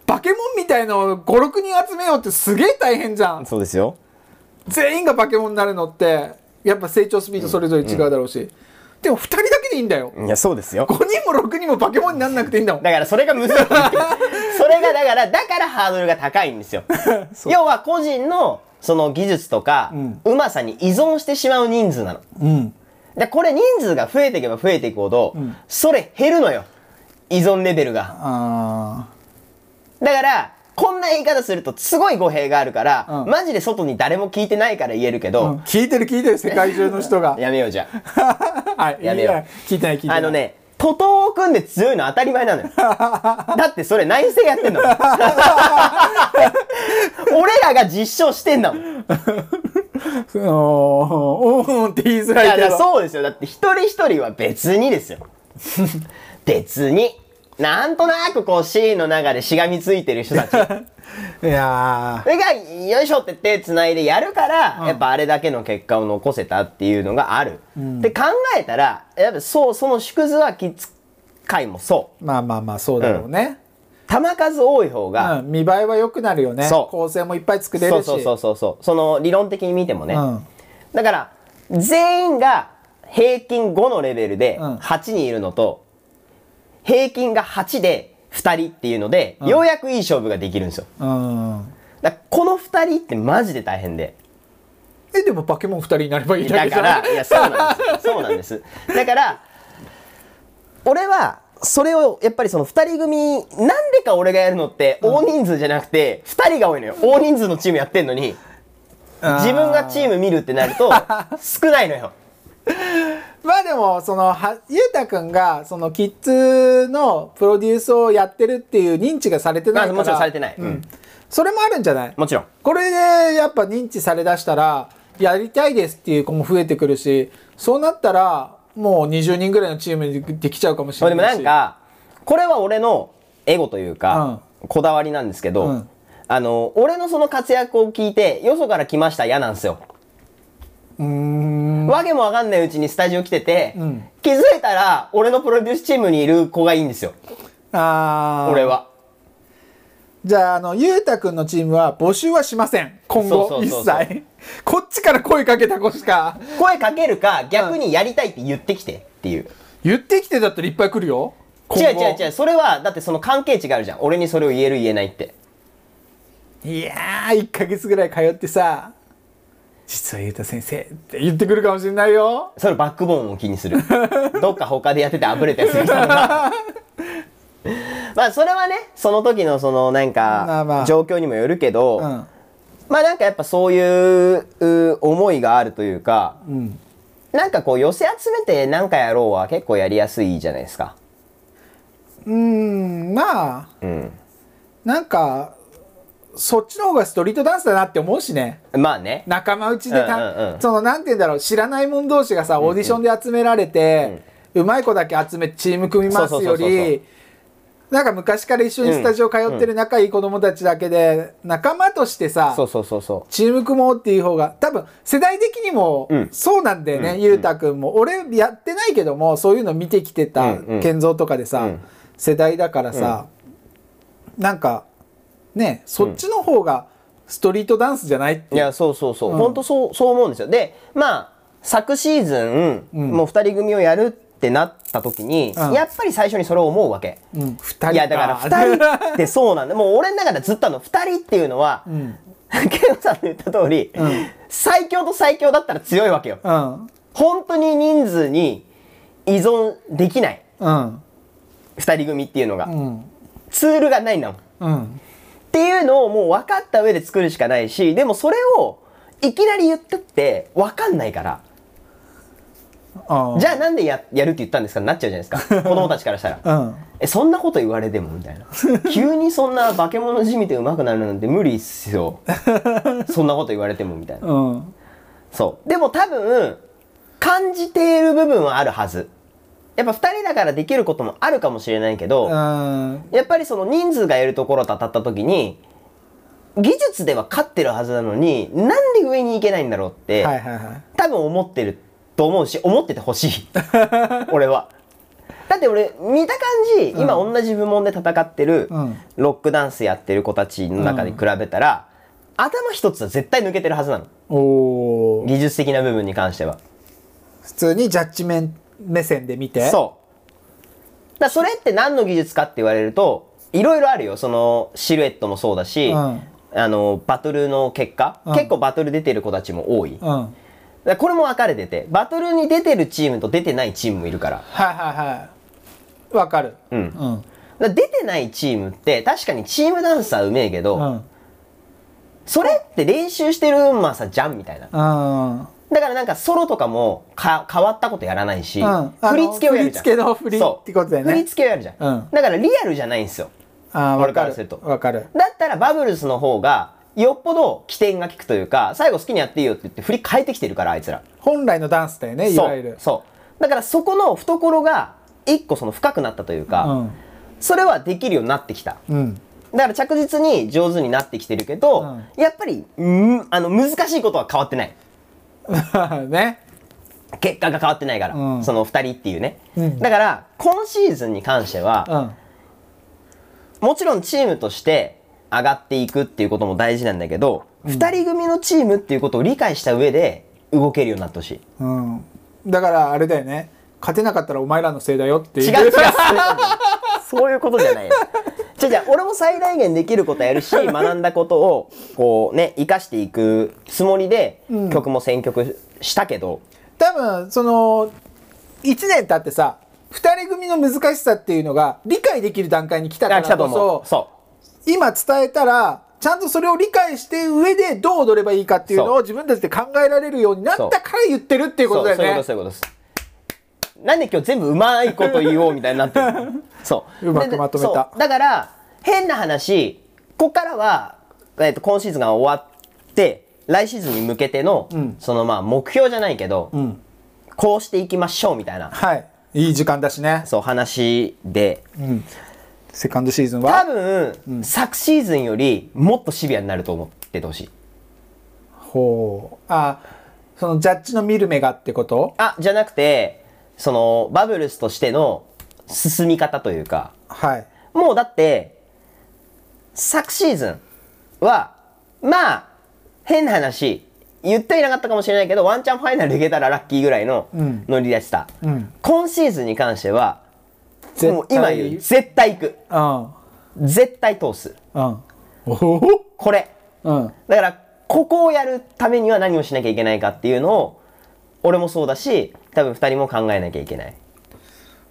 [SPEAKER 4] バケモンみたいのを56人集めようってすげえ大変じゃん
[SPEAKER 3] そうですよ
[SPEAKER 4] 全員がバケモンになるのってやっぱ成長スピードそれぞれ違うだろうし、でも2人だけでいいんだよ
[SPEAKER 3] いやそうですよ
[SPEAKER 4] 5人も6人もバケモンにならなくていいんだもん
[SPEAKER 3] だからそれが難しいっていうそれがだからだからハードルが高いんですよ要は個人のその技術とかうま、さに依存してしまう人数なの、でこれ人数が増えていけば増えていくほど、それ減るのよ依存レベルが
[SPEAKER 4] あ
[SPEAKER 3] だからこんな言い方するとすごい語弊があるから、
[SPEAKER 4] うん
[SPEAKER 3] マジで外に誰も聞いてないから言えるけ
[SPEAKER 4] あ、
[SPEAKER 3] ど、
[SPEAKER 4] 聞いてる聞いてる世界中の人が
[SPEAKER 3] やめようじゃあ
[SPEAKER 4] はい
[SPEAKER 3] やめよう
[SPEAKER 4] い聞いてない聞いてない
[SPEAKER 3] あのね、徒党を組んで強いのは当たり前なのよ。だってそれ内政やってんだもん。俺らが実証してんだもん。い
[SPEAKER 4] おーおーおーって言いづら
[SPEAKER 3] やい
[SPEAKER 4] いけ
[SPEAKER 3] や
[SPEAKER 4] ど
[SPEAKER 3] そうですよ。だって一人一人は別にですよ。 別に。なんとなくこうシーンの中でしがみついてる人たち。
[SPEAKER 4] いや
[SPEAKER 3] それが、よいしょって手繋いでやるから、やっぱあれだけの結果を残せたっていうのがある。で考えたら、やっぱそう、その縮図はきついもそう。
[SPEAKER 4] ーまあまあまあそうだろうね、
[SPEAKER 3] 球数多い方
[SPEAKER 4] う
[SPEAKER 3] が、
[SPEAKER 4] ん見栄えは良くなるよね
[SPEAKER 3] そう
[SPEAKER 4] 構成もいっぱい作れるし
[SPEAKER 3] そうそうそうそうそうその理論的に見てもね、
[SPEAKER 4] うん
[SPEAKER 3] だから全員が平均5のレベルで
[SPEAKER 4] うん
[SPEAKER 3] 8人いるのと、平均が8で2人っていうので、ようやくいい勝負ができるんですよ
[SPEAKER 4] うん
[SPEAKER 3] だからこの2人ってマジで大変で
[SPEAKER 4] えでもバケモン2人になればいいだ
[SPEAKER 3] だ
[SPEAKER 4] けじゃ
[SPEAKER 3] か
[SPEAKER 4] ん
[SPEAKER 3] らいやそうなんですよそうなんですだから俺はそれをやっぱりその2人組なんでか俺がやるのって大人数じゃなくて2人が多いのよ大人数のチームやってんのに自分がチーム見るってなる と少ないのよ。
[SPEAKER 4] まあでもそのはゆうたくんがそのキッズのプロデュースをやってるっていう認知がされてな
[SPEAKER 3] まあ
[SPEAKER 4] いから、
[SPEAKER 3] もちろんされてない。う
[SPEAKER 4] うんん、それもあるんじゃない
[SPEAKER 3] もちろん。
[SPEAKER 4] これでやっぱ認知されだしたらやりたいですっていう子も増えてくるしそうなったらもう20人ぐらいのチームにできちゃうかもしれ
[SPEAKER 3] でも
[SPEAKER 4] ない
[SPEAKER 3] な
[SPEAKER 4] し
[SPEAKER 3] んかこれは俺のエゴというか、こだわりなんですけど、
[SPEAKER 4] うん
[SPEAKER 3] あの俺のその活躍を聞いてよそから来ました嫌なんですよ。
[SPEAKER 4] うーん
[SPEAKER 3] わけもわかんないうちにスタジオ来てて、
[SPEAKER 4] ん
[SPEAKER 3] 気づいたら俺のプロデュースチームにいる子がいいんですよ。
[SPEAKER 4] あー
[SPEAKER 3] 俺は
[SPEAKER 4] じゃあ、あの、ゆうたくんのチームは募集はしません。今
[SPEAKER 3] そ
[SPEAKER 4] 後、
[SPEAKER 3] うそう
[SPEAKER 4] 一
[SPEAKER 3] そうそう
[SPEAKER 4] 切。こっちから声かけた子しか。
[SPEAKER 3] 声かけるか逆にやりたいって言ってきてっていう
[SPEAKER 4] 言ってきてだったらいっぱい来るよ。今
[SPEAKER 3] 違う
[SPEAKER 4] 後
[SPEAKER 3] 違う違うそれはだってその関係値があるじゃん俺にそれを言える言えないって
[SPEAKER 4] いやー、1ヶ月ぐらい通ってさ、実はゆうた先生って言ってくるかもしれないよ。
[SPEAKER 3] それバックボーンを気に するどっか他でやっててあぶれたやつがいたんだまあそれはねその時のそのなん
[SPEAKER 4] まあま
[SPEAKER 3] か
[SPEAKER 4] あ
[SPEAKER 3] 状況にもよるけど、
[SPEAKER 4] うん。
[SPEAKER 3] まあなんかやっぱそういうう思いがあるというか、なんかこう寄せ集めてなんかやろうは結構やりやすいじゃないですか。
[SPEAKER 4] うーん、まあ、
[SPEAKER 3] うん、
[SPEAKER 4] なんか、そっちの方がストリートダンスだなって思うしね。
[SPEAKER 3] まあね。
[SPEAKER 4] 仲間内でた、
[SPEAKER 3] うんうんうん
[SPEAKER 4] そのなんて言うんだろう知らない者同士がさオーディションで集められて、うまい子だけ集めてチーム組みます
[SPEAKER 3] そ
[SPEAKER 4] よ
[SPEAKER 3] うそうそうそうそ
[SPEAKER 4] りなんか昔から一緒にスタジオ通ってる仲いい子供たちだけで、仲間としてさ
[SPEAKER 3] そうそうそうそ
[SPEAKER 4] チーム組もうっていう方が多分世代的にも
[SPEAKER 3] うん
[SPEAKER 4] そうなんだよね、ゆうたくんも俺やってないけどもそういうの見てきてた、
[SPEAKER 3] うんうん
[SPEAKER 4] 健三とかでさ、
[SPEAKER 3] うん
[SPEAKER 4] 世代だからさ、なんかねそっちの方がストリートダンスじゃないって
[SPEAKER 3] う。いやそうそうそう。本当そうそう思うんですよ。でまあ昨シーズン、もう二人組をやるってなった時に、
[SPEAKER 4] うん
[SPEAKER 3] やっぱり最初にそれを思うわけ。
[SPEAKER 4] うん、2人
[SPEAKER 3] いやだから2人ってそうなんだもう俺の中でずっとあの2人っていうのは、ケンさんの言った通り、最強と最強だったら強いわけよ、
[SPEAKER 4] うん
[SPEAKER 3] 本当に人数に依存できない
[SPEAKER 4] うん
[SPEAKER 3] 2人組っていうのが、
[SPEAKER 4] うん
[SPEAKER 3] ツールがないんだもんっ
[SPEAKER 4] うん
[SPEAKER 3] ていうのをもう分かった上で作るしかないしでもそれをいきなり言ったって分かんないから
[SPEAKER 4] あ
[SPEAKER 3] じゃあなんでややるって言ったんですかになっちゃうじゃないですか子供たちからしたら、
[SPEAKER 4] あうん
[SPEAKER 3] えそんなこと言われてもみ たいな急にそんな化け物じみて上手くなるなんて無理っす よそんなこと言われてもみたいな
[SPEAKER 4] うん
[SPEAKER 3] そうでも多分感じている部分はあるはずやっぱ2人だからできることもあるかもしれないけど、
[SPEAKER 4] うん
[SPEAKER 3] やっぱりその人数がいるところと当たった時に技術では勝ってるはずなのになんで上に行けないんだろうって、
[SPEAKER 4] はいはいはい
[SPEAKER 3] 多分思ってると思うし思っててほし い俺はだって俺見た感じ、今同じ部門で戦ってる、
[SPEAKER 4] うん
[SPEAKER 3] ロックダンスやってる子たちの中に比べたら、頭一つは絶対抜けてるはずなの
[SPEAKER 4] おー
[SPEAKER 3] 技術的な部分に関しては
[SPEAKER 4] 普通にジャッジメン目線で見て
[SPEAKER 3] そうだからそれって何の技術かって言われるといろいろあるよそのシルエットもそうだし、
[SPEAKER 4] うん
[SPEAKER 3] あのバトルの結果、
[SPEAKER 4] うん
[SPEAKER 3] 結構バトル出てる子たちも多い、だか
[SPEAKER 4] うんはい
[SPEAKER 3] らこれも分かれててバトルに出てるチームと出てないチームもいるから
[SPEAKER 4] はいはいわかる
[SPEAKER 3] うん
[SPEAKER 4] う
[SPEAKER 3] だか
[SPEAKER 4] ん
[SPEAKER 3] ら出てないチームって確かにチームダンスはうめえけど、
[SPEAKER 4] うん
[SPEAKER 3] それって練習してるうまさじゃんみたいな
[SPEAKER 4] うん
[SPEAKER 3] だからなんかソロとかもか変わったことやらないし、
[SPEAKER 4] うんあの
[SPEAKER 3] 振り付けをやるじゃん
[SPEAKER 4] 振り付けの振り
[SPEAKER 3] そう
[SPEAKER 4] ってことだよね
[SPEAKER 3] 振り付けをやるじゃん、
[SPEAKER 4] うん
[SPEAKER 3] だからリアルじゃないんですよ
[SPEAKER 4] あーわ
[SPEAKER 3] 俺か
[SPEAKER 4] から
[SPEAKER 3] する
[SPEAKER 4] る
[SPEAKER 3] と
[SPEAKER 4] わかる
[SPEAKER 3] だったらバブルスの方がよっぽど起点が効くというか最後好きにやっていいよって言って振り変えてきてるからあいつら
[SPEAKER 4] 本来のダンスだよねい
[SPEAKER 3] そ
[SPEAKER 4] わゆ
[SPEAKER 3] う
[SPEAKER 4] る
[SPEAKER 3] そうだからそこの懐が一個その深くなったというか、
[SPEAKER 4] うん
[SPEAKER 3] それはできるようになってきた
[SPEAKER 4] うん
[SPEAKER 3] だから着実に上手になってきてるけど、
[SPEAKER 4] う
[SPEAKER 3] やっぱりうんあの難しいことは変わってない
[SPEAKER 4] ね
[SPEAKER 3] 結果が変わってないから、
[SPEAKER 4] うん
[SPEAKER 3] その2人っていうね、
[SPEAKER 4] うん
[SPEAKER 3] だから今シーズンに関しては、
[SPEAKER 4] うん
[SPEAKER 3] もちろんチームとして上がっていくっていうことも大事なんだけど、二2人組のチームっていうことを理解した上で動けるようになってほしい
[SPEAKER 4] うんだからあれだよね勝てなかったらお前らのせいだよっていう
[SPEAKER 3] 違う違 うそういうことじゃないよじゃじゃ俺も最大限できることやる し学んだことをこうね生かしていくつもりで曲も選曲したけど、
[SPEAKER 4] 多分その1年経ってさ2人組の難しさっていうのが理解できる段階に来たか
[SPEAKER 3] あ
[SPEAKER 4] ら
[SPEAKER 3] 来たと
[SPEAKER 4] こ
[SPEAKER 3] 思
[SPEAKER 4] そう
[SPEAKER 3] そう
[SPEAKER 4] 今伝えたらちゃんとそれを理解して上でどう踊ればいいかっていうの
[SPEAKER 3] そ
[SPEAKER 4] を自分たちで考えられるようになったから言ってるっていうことだよ
[SPEAKER 3] そう
[SPEAKER 4] ね。
[SPEAKER 3] そういうことですそういうことですなんで今日全部うまいこと言おうみたいになってる のそう
[SPEAKER 4] うまく
[SPEAKER 3] でで
[SPEAKER 4] まとめた
[SPEAKER 3] そうだから変な話ここからは、えっと今シーズンが終わって来シーズンに向けての、そのまあ目標じゃないけど、こうしていきましょうみたいな
[SPEAKER 4] はいいい時間だしね
[SPEAKER 3] そう話で
[SPEAKER 4] セカンドシーズン
[SPEAKER 3] 多
[SPEAKER 4] は
[SPEAKER 3] 分、昨シーズンよりもっとシビアになると思っててほしい
[SPEAKER 4] ほうあそのジャッジの見る目がってこと
[SPEAKER 3] あじゃなくてそのバブルスとしての進み方というか
[SPEAKER 4] はい
[SPEAKER 3] もうだって昨シーズンはまあ変な話言ってはいなかったかもしれないけどワンチャンファイナルでいけたらラッキーぐらいの
[SPEAKER 4] ん
[SPEAKER 3] 乗り出した、
[SPEAKER 4] うん
[SPEAKER 3] 今シーズンに関しては
[SPEAKER 4] 対
[SPEAKER 3] もう今言う絶対行く
[SPEAKER 4] うん
[SPEAKER 3] 絶対通す
[SPEAKER 4] うんお
[SPEAKER 3] これ
[SPEAKER 4] おうん
[SPEAKER 3] だからここをやるためには何をしなきゃいけないかっていうのを俺もそうだし多分2人も考えなきゃいけない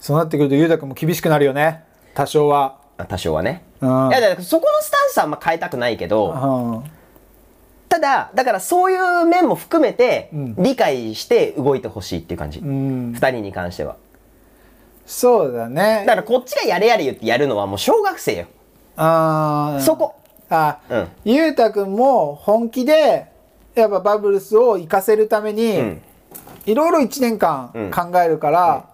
[SPEAKER 4] そうなってくると裕太君も厳しくなるよね多少は
[SPEAKER 3] まあ多少はね、
[SPEAKER 4] うん
[SPEAKER 3] いやだからそこのスタンスはあんま変えたくないけど、
[SPEAKER 4] うん
[SPEAKER 3] ただだからそういう面も含めて
[SPEAKER 4] ん
[SPEAKER 3] 理解して動いてほしいっていう感じ、二
[SPEAKER 4] ん
[SPEAKER 3] 2人に関しては
[SPEAKER 4] そうだね
[SPEAKER 3] だからこっちがやれやれ言ってやるのはもう小学生よ、
[SPEAKER 4] あー
[SPEAKER 3] そこ
[SPEAKER 4] あ、
[SPEAKER 3] うん
[SPEAKER 4] ゆうたくんも本気でやっぱバブルスを活かせるために、
[SPEAKER 3] ん
[SPEAKER 4] いろいろ1年間
[SPEAKER 3] うん
[SPEAKER 4] 考えるから、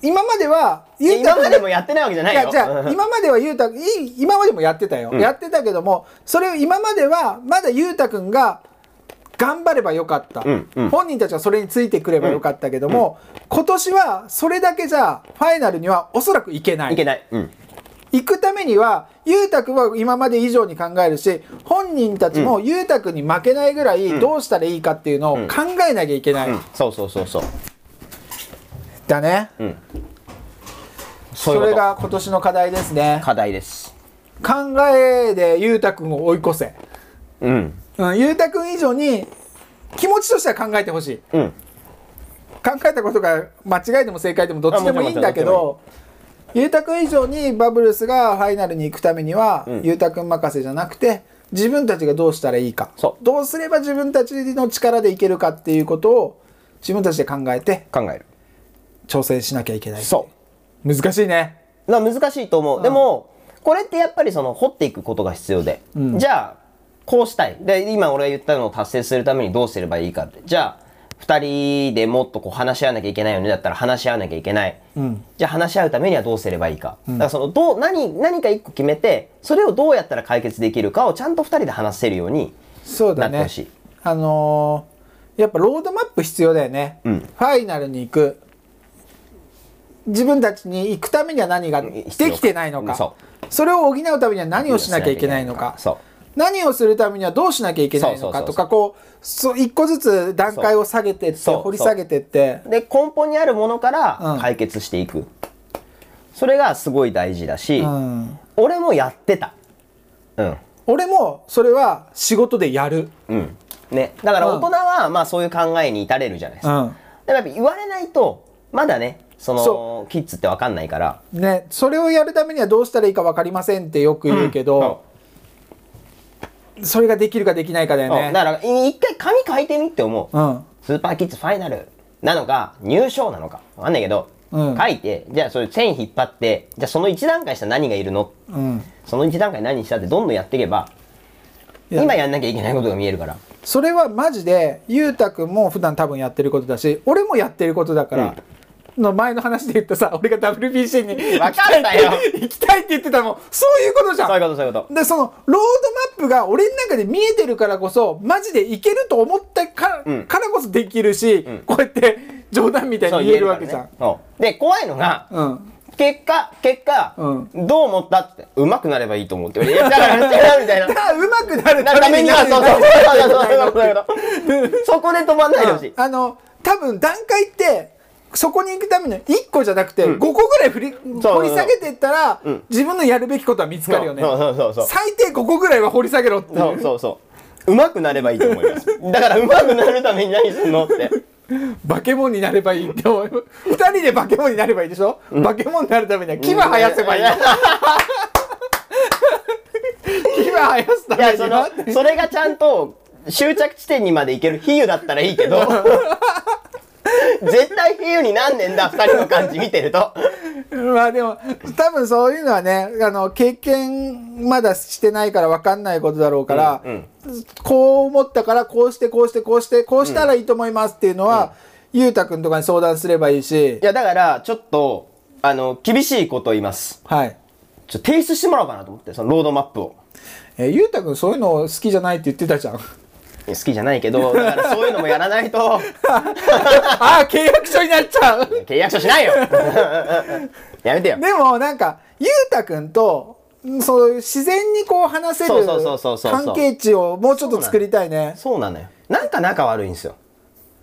[SPEAKER 4] 今まではゆう
[SPEAKER 3] 今
[SPEAKER 4] たくん
[SPEAKER 3] までもやってないわけじゃないいよ
[SPEAKER 4] やじゃ あ今まではゆうたくんい今までもやってたよ、やってたけどもそれを今まではまだゆうたくんが頑張ればよかった、
[SPEAKER 3] うんうん
[SPEAKER 4] 本人たちはそれについてくればよかったけども、今年はそれだけじゃファイナルにはおそらくいけない
[SPEAKER 3] いけない、うん、
[SPEAKER 4] 行くためには、ゆうたくんは今まで以上に考えるし、本人たちもゆうたくんに負けないぐらいどうしたらいいかっていうのを考えなきゃいけない。
[SPEAKER 3] うん、そうそうそうそう
[SPEAKER 4] だね。
[SPEAKER 3] うんそ
[SPEAKER 4] そ
[SPEAKER 3] ういうこと
[SPEAKER 4] れが今年の課題ですね。
[SPEAKER 3] 課題です
[SPEAKER 4] 考えでゆうたくんを追い越せ。
[SPEAKER 3] うん
[SPEAKER 4] うん、ゆうたくん以上に気持ちとしては考えてほしい。
[SPEAKER 3] うん
[SPEAKER 4] 考えたことが間違いでも正解でもどっちでもいいんだけ
[SPEAKER 3] あも
[SPEAKER 4] ど、ゆうたくん以上にバブルスがファイナルに行くためには、
[SPEAKER 3] ん
[SPEAKER 4] ゆうたくん任せじゃなくて、自分たちがどうしたらいいか
[SPEAKER 3] そ、う
[SPEAKER 4] どうすれば自分たちの力でいけるかっていうことを自分たちで考えて
[SPEAKER 3] 考える
[SPEAKER 4] 挑戦しなきゃいけない。。
[SPEAKER 3] そう
[SPEAKER 4] 難しいね。
[SPEAKER 3] うだから難しいと思う、でもこれってやっぱりその掘っていくことが必要で、じゃあこうしたいで今俺が言ったのを達成するためにどうすればいいかってじゃあ2人でもっとこう話し合わなきゃいけないよねだったら話し合わなきゃいけない、じゃあ話し合うためにはどうすればいいか、だからそのどう何何か1個決めてそれをどうやったら解決できるかをちゃんと2人で話せるように
[SPEAKER 4] そうだ
[SPEAKER 3] なって
[SPEAKER 4] ね
[SPEAKER 3] ほしい。
[SPEAKER 4] あのーやっぱロードマップ必要だよね。
[SPEAKER 3] うん
[SPEAKER 4] ファイナルに行く。自分たちに行くためには何がで
[SPEAKER 3] 必要
[SPEAKER 4] きてないのか。
[SPEAKER 3] そ
[SPEAKER 4] それを補うためには何をしなきゃいけないのか。
[SPEAKER 3] そう
[SPEAKER 4] 何をするためにはどうしなきゃいけないのかとかこうそう一個ずつ段階を下げてって
[SPEAKER 3] そうそう
[SPEAKER 4] 掘り下げてって
[SPEAKER 3] で根本にあるものか
[SPEAKER 4] う
[SPEAKER 3] ら
[SPEAKER 4] ん
[SPEAKER 3] 解決していく、それがすごい大事だし、
[SPEAKER 4] うん
[SPEAKER 3] 俺もやってたうん
[SPEAKER 4] 俺もそれは仕事でやる
[SPEAKER 3] うんねだから
[SPEAKER 4] うん
[SPEAKER 3] 大人はまあそういう考えに至れるじゃないですか、でもやっぱ言われないとまだねその
[SPEAKER 4] そ
[SPEAKER 3] キッズって分かんないから
[SPEAKER 4] ねそれをやるためにはどうしたらいいか分かりませんってよく言うけどそれができるかできないかだよ
[SPEAKER 3] うんだ
[SPEAKER 4] ね
[SPEAKER 3] からい一回紙書いてみって思う、
[SPEAKER 4] うん
[SPEAKER 3] スーパーキッズファイナルなのか入賞なのか分かんないけど、
[SPEAKER 4] うん
[SPEAKER 3] 書いてじゃあそれ線引っ張ってじゃあその1段階したら何がいるの
[SPEAKER 4] うん
[SPEAKER 3] その1段階何したってどんどんやっていけば
[SPEAKER 4] いや
[SPEAKER 3] 今やんなきゃいけないことが見えるから
[SPEAKER 4] それはマジでゆうたくんも普段多分やってることだし俺もやってることだから、の前の話で言ったさ 俺が WBC に行
[SPEAKER 3] わ
[SPEAKER 4] き
[SPEAKER 3] かったよ
[SPEAKER 4] たいって行きたいって言ってたのもそういうことじゃん
[SPEAKER 3] そういうことそういうこと
[SPEAKER 4] でそのロードマップが俺の中で見えてるからこそマジでいけると思ったから,、
[SPEAKER 3] うん
[SPEAKER 4] からこそできるし、こうやって冗談みたい
[SPEAKER 3] そう
[SPEAKER 4] に言えるわけじゃん。
[SPEAKER 3] 言えるからねそうで怖いのが、
[SPEAKER 4] うん、
[SPEAKER 3] 結果結果、
[SPEAKER 4] う
[SPEAKER 3] どう思ったってうまくなればいいと 思っていやだから違うみたいな
[SPEAKER 4] だからうまくなる
[SPEAKER 3] な
[SPEAKER 4] た
[SPEAKER 3] た
[SPEAKER 4] め
[SPEAKER 3] め
[SPEAKER 4] に
[SPEAKER 3] に
[SPEAKER 4] は
[SPEAKER 3] は
[SPEAKER 4] そ
[SPEAKER 3] そうう
[SPEAKER 4] そう
[SPEAKER 3] そうそうそうそ うそうそこで止まんないでほしい、
[SPEAKER 4] あの多分段階ってそこに行くための1個じゃなくて5個ぐらい振り、
[SPEAKER 3] そう
[SPEAKER 4] 掘り下げていったら、
[SPEAKER 3] ん
[SPEAKER 4] 自分のやるべきことは見つかるよね
[SPEAKER 3] そうそうそうそう
[SPEAKER 4] 最低5個ぐらいは掘り下げろっていう
[SPEAKER 3] そうそうそううまくなればいいと思い ますだからうまくなるために何するのって
[SPEAKER 4] バケモンになればいいって思う2 人でバケモンになればいいでしょ、バケモンになるためには牙生やせばいいの牙生やすた
[SPEAKER 3] いや
[SPEAKER 4] め
[SPEAKER 3] そ
[SPEAKER 4] に
[SPEAKER 3] の
[SPEAKER 4] は
[SPEAKER 3] それがちゃんと終着地点にまで行ける比喩だったらいいけ ど絶対比喩になんねんだ二人の感じ見てると
[SPEAKER 4] まあでも多分そういうのはねあの経験まだしてないから分かんないことだろうから、
[SPEAKER 3] うん
[SPEAKER 4] こう思ったからこうしてこうしてこうしてこうしたらいいと思いますっていうのは、ゆうたくんとかに相談すればいいし
[SPEAKER 3] い、やだからちょっとあの厳しいこと言います
[SPEAKER 4] はい
[SPEAKER 3] ちょっと提出してもらおうかなと思ってそのロードマップを
[SPEAKER 4] えーゆうたくんそういうの好きじゃないって言ってたじゃん
[SPEAKER 3] 好きじゃないけ どだからそういうのもやらないと
[SPEAKER 4] ああ契約書になっちゃう
[SPEAKER 3] 契約書しないよ やめてよ、
[SPEAKER 4] でもなんかゆうたくんとうんそう自然にこう話せる
[SPEAKER 3] そうそうそうそうそうそう
[SPEAKER 4] 関係値をもうちょっと作りたいね
[SPEAKER 3] そうなのよなんか仲悪いんですよ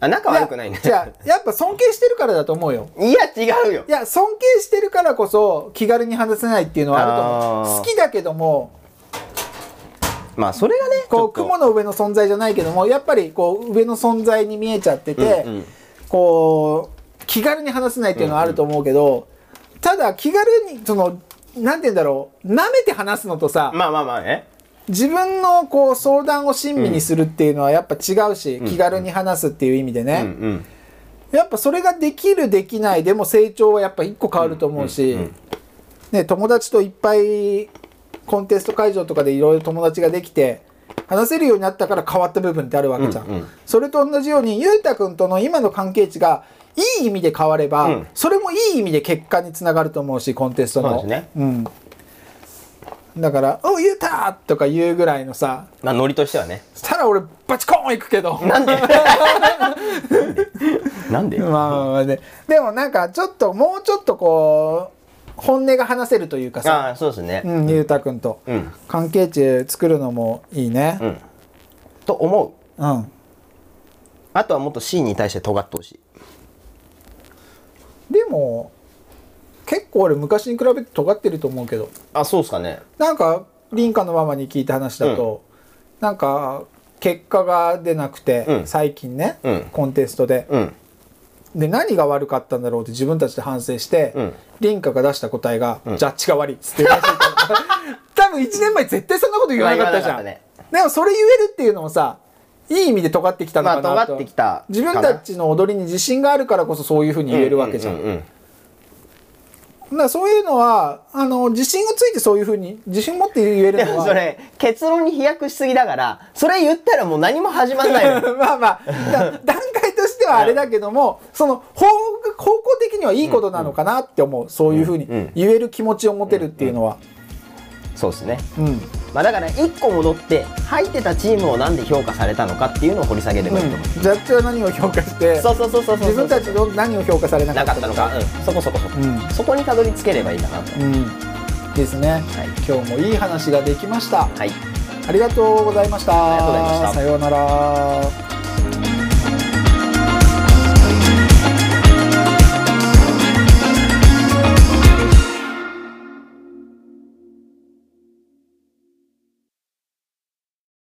[SPEAKER 3] あ仲悪くないね
[SPEAKER 4] じゃあやっぱ尊敬してるからだと思うよ
[SPEAKER 3] いや違うよ
[SPEAKER 4] いや尊敬してるからこそ気軽に話せないっていうのはあると思
[SPEAKER 3] あー
[SPEAKER 4] う好きだけども
[SPEAKER 3] まあそれがね
[SPEAKER 4] こう雲
[SPEAKER 3] の
[SPEAKER 4] の上の存在じゃないけどもやっぱりこう上の存在に見えちゃってて、
[SPEAKER 3] うんうん
[SPEAKER 4] こう気軽に話せないっていうのはあると思うけど、ただ気軽にそのなんて言うんだろう舐めて話すのとさ、
[SPEAKER 3] まあまあまあね
[SPEAKER 4] 自分のこう相談を親身にするっていうのはやっぱ違うし、気軽に話すっていう意味でね、
[SPEAKER 3] うんうん
[SPEAKER 4] やっぱそれができるできないでも成長はやっぱ一個変わると思うし、ね、友達といっぱいコンテスト会場とかでいろいろ友達ができて話せるようになったから変わった部分ってあるわけじゃん、
[SPEAKER 3] うんうん
[SPEAKER 4] それと同じようにゆうたくんとの今の関係値がいい意味で変われば、
[SPEAKER 3] うん
[SPEAKER 4] それもいい意味で結果につながると思うしコンテストの
[SPEAKER 3] そうですね
[SPEAKER 4] うん、だから「おうゆうた!」とか言うぐらいのさ
[SPEAKER 3] まあノリとしてはね
[SPEAKER 4] したら俺バチコーンいくけど
[SPEAKER 3] なんで なん で
[SPEAKER 4] まあまあまあね、でもなんかちょっともうちょっとこう本音が話せるというかさ、
[SPEAKER 3] ああそうですね
[SPEAKER 4] うん、ゆうたくんと
[SPEAKER 3] うん
[SPEAKER 4] 関係値作るのもいいね
[SPEAKER 3] うんと思う
[SPEAKER 4] うん、
[SPEAKER 3] あとはもっと C に対して尖ってほしい
[SPEAKER 4] でも結構俺昔に比べて尖ってると思うけど
[SPEAKER 3] あそうっすかね
[SPEAKER 4] なんか凛花のママに聞いた話だと、なんか結果が出なくて、
[SPEAKER 3] うん
[SPEAKER 4] 最近ね、
[SPEAKER 3] うん
[SPEAKER 4] コンテストで
[SPEAKER 3] うん
[SPEAKER 4] で何が悪かったんだろうって自分たちで反省して、
[SPEAKER 3] うん
[SPEAKER 4] 凛花が出した答えが、ジャッジが悪いっつって出してた 多分1年前絶対そんなこと言わなかったじゃ
[SPEAKER 3] まあ
[SPEAKER 4] ん、
[SPEAKER 3] 言わなか
[SPEAKER 4] でもそれ言えるっていうのもさいい意味で尖ってきたのかなと、
[SPEAKER 3] まあ尖ってきたかな
[SPEAKER 4] 自分たちの踊りに自信があるからこそそういうふうに言えるわけじゃん,、
[SPEAKER 3] うううん
[SPEAKER 4] だからそういうのはあの自信をついてそういうふうに自信持って言える
[SPEAKER 3] で
[SPEAKER 4] の
[SPEAKER 3] も
[SPEAKER 4] は
[SPEAKER 3] それ結論に飛躍しすぎだからそれ言ったらもう何も始まんないの
[SPEAKER 4] まあまあだ段階としてはあれだけどもその方方向的にはいいことなのかなって思うそういうふうに
[SPEAKER 3] うんうん
[SPEAKER 4] 言える気持ちを持てるっていうのは
[SPEAKER 3] そうですね
[SPEAKER 4] うんうん
[SPEAKER 3] まあだから一個戻って入ってたチームをなんで評価されたのかっていうのを掘り下げればいいと思う、
[SPEAKER 4] ジャッジは何を評価して
[SPEAKER 3] そうそうそうそうそう
[SPEAKER 4] 自分たちの何を評価されなか
[SPEAKER 3] な
[SPEAKER 4] っ
[SPEAKER 3] か
[SPEAKER 4] た
[SPEAKER 3] ったのか、うん、そこそこそこ、
[SPEAKER 4] うん
[SPEAKER 3] そこにたどり着ければいいかなと
[SPEAKER 4] うんですね、
[SPEAKER 3] い
[SPEAKER 4] 今日もいい話ができました
[SPEAKER 3] はい
[SPEAKER 4] ありがとうございました
[SPEAKER 3] ありがとうございました
[SPEAKER 4] さようなら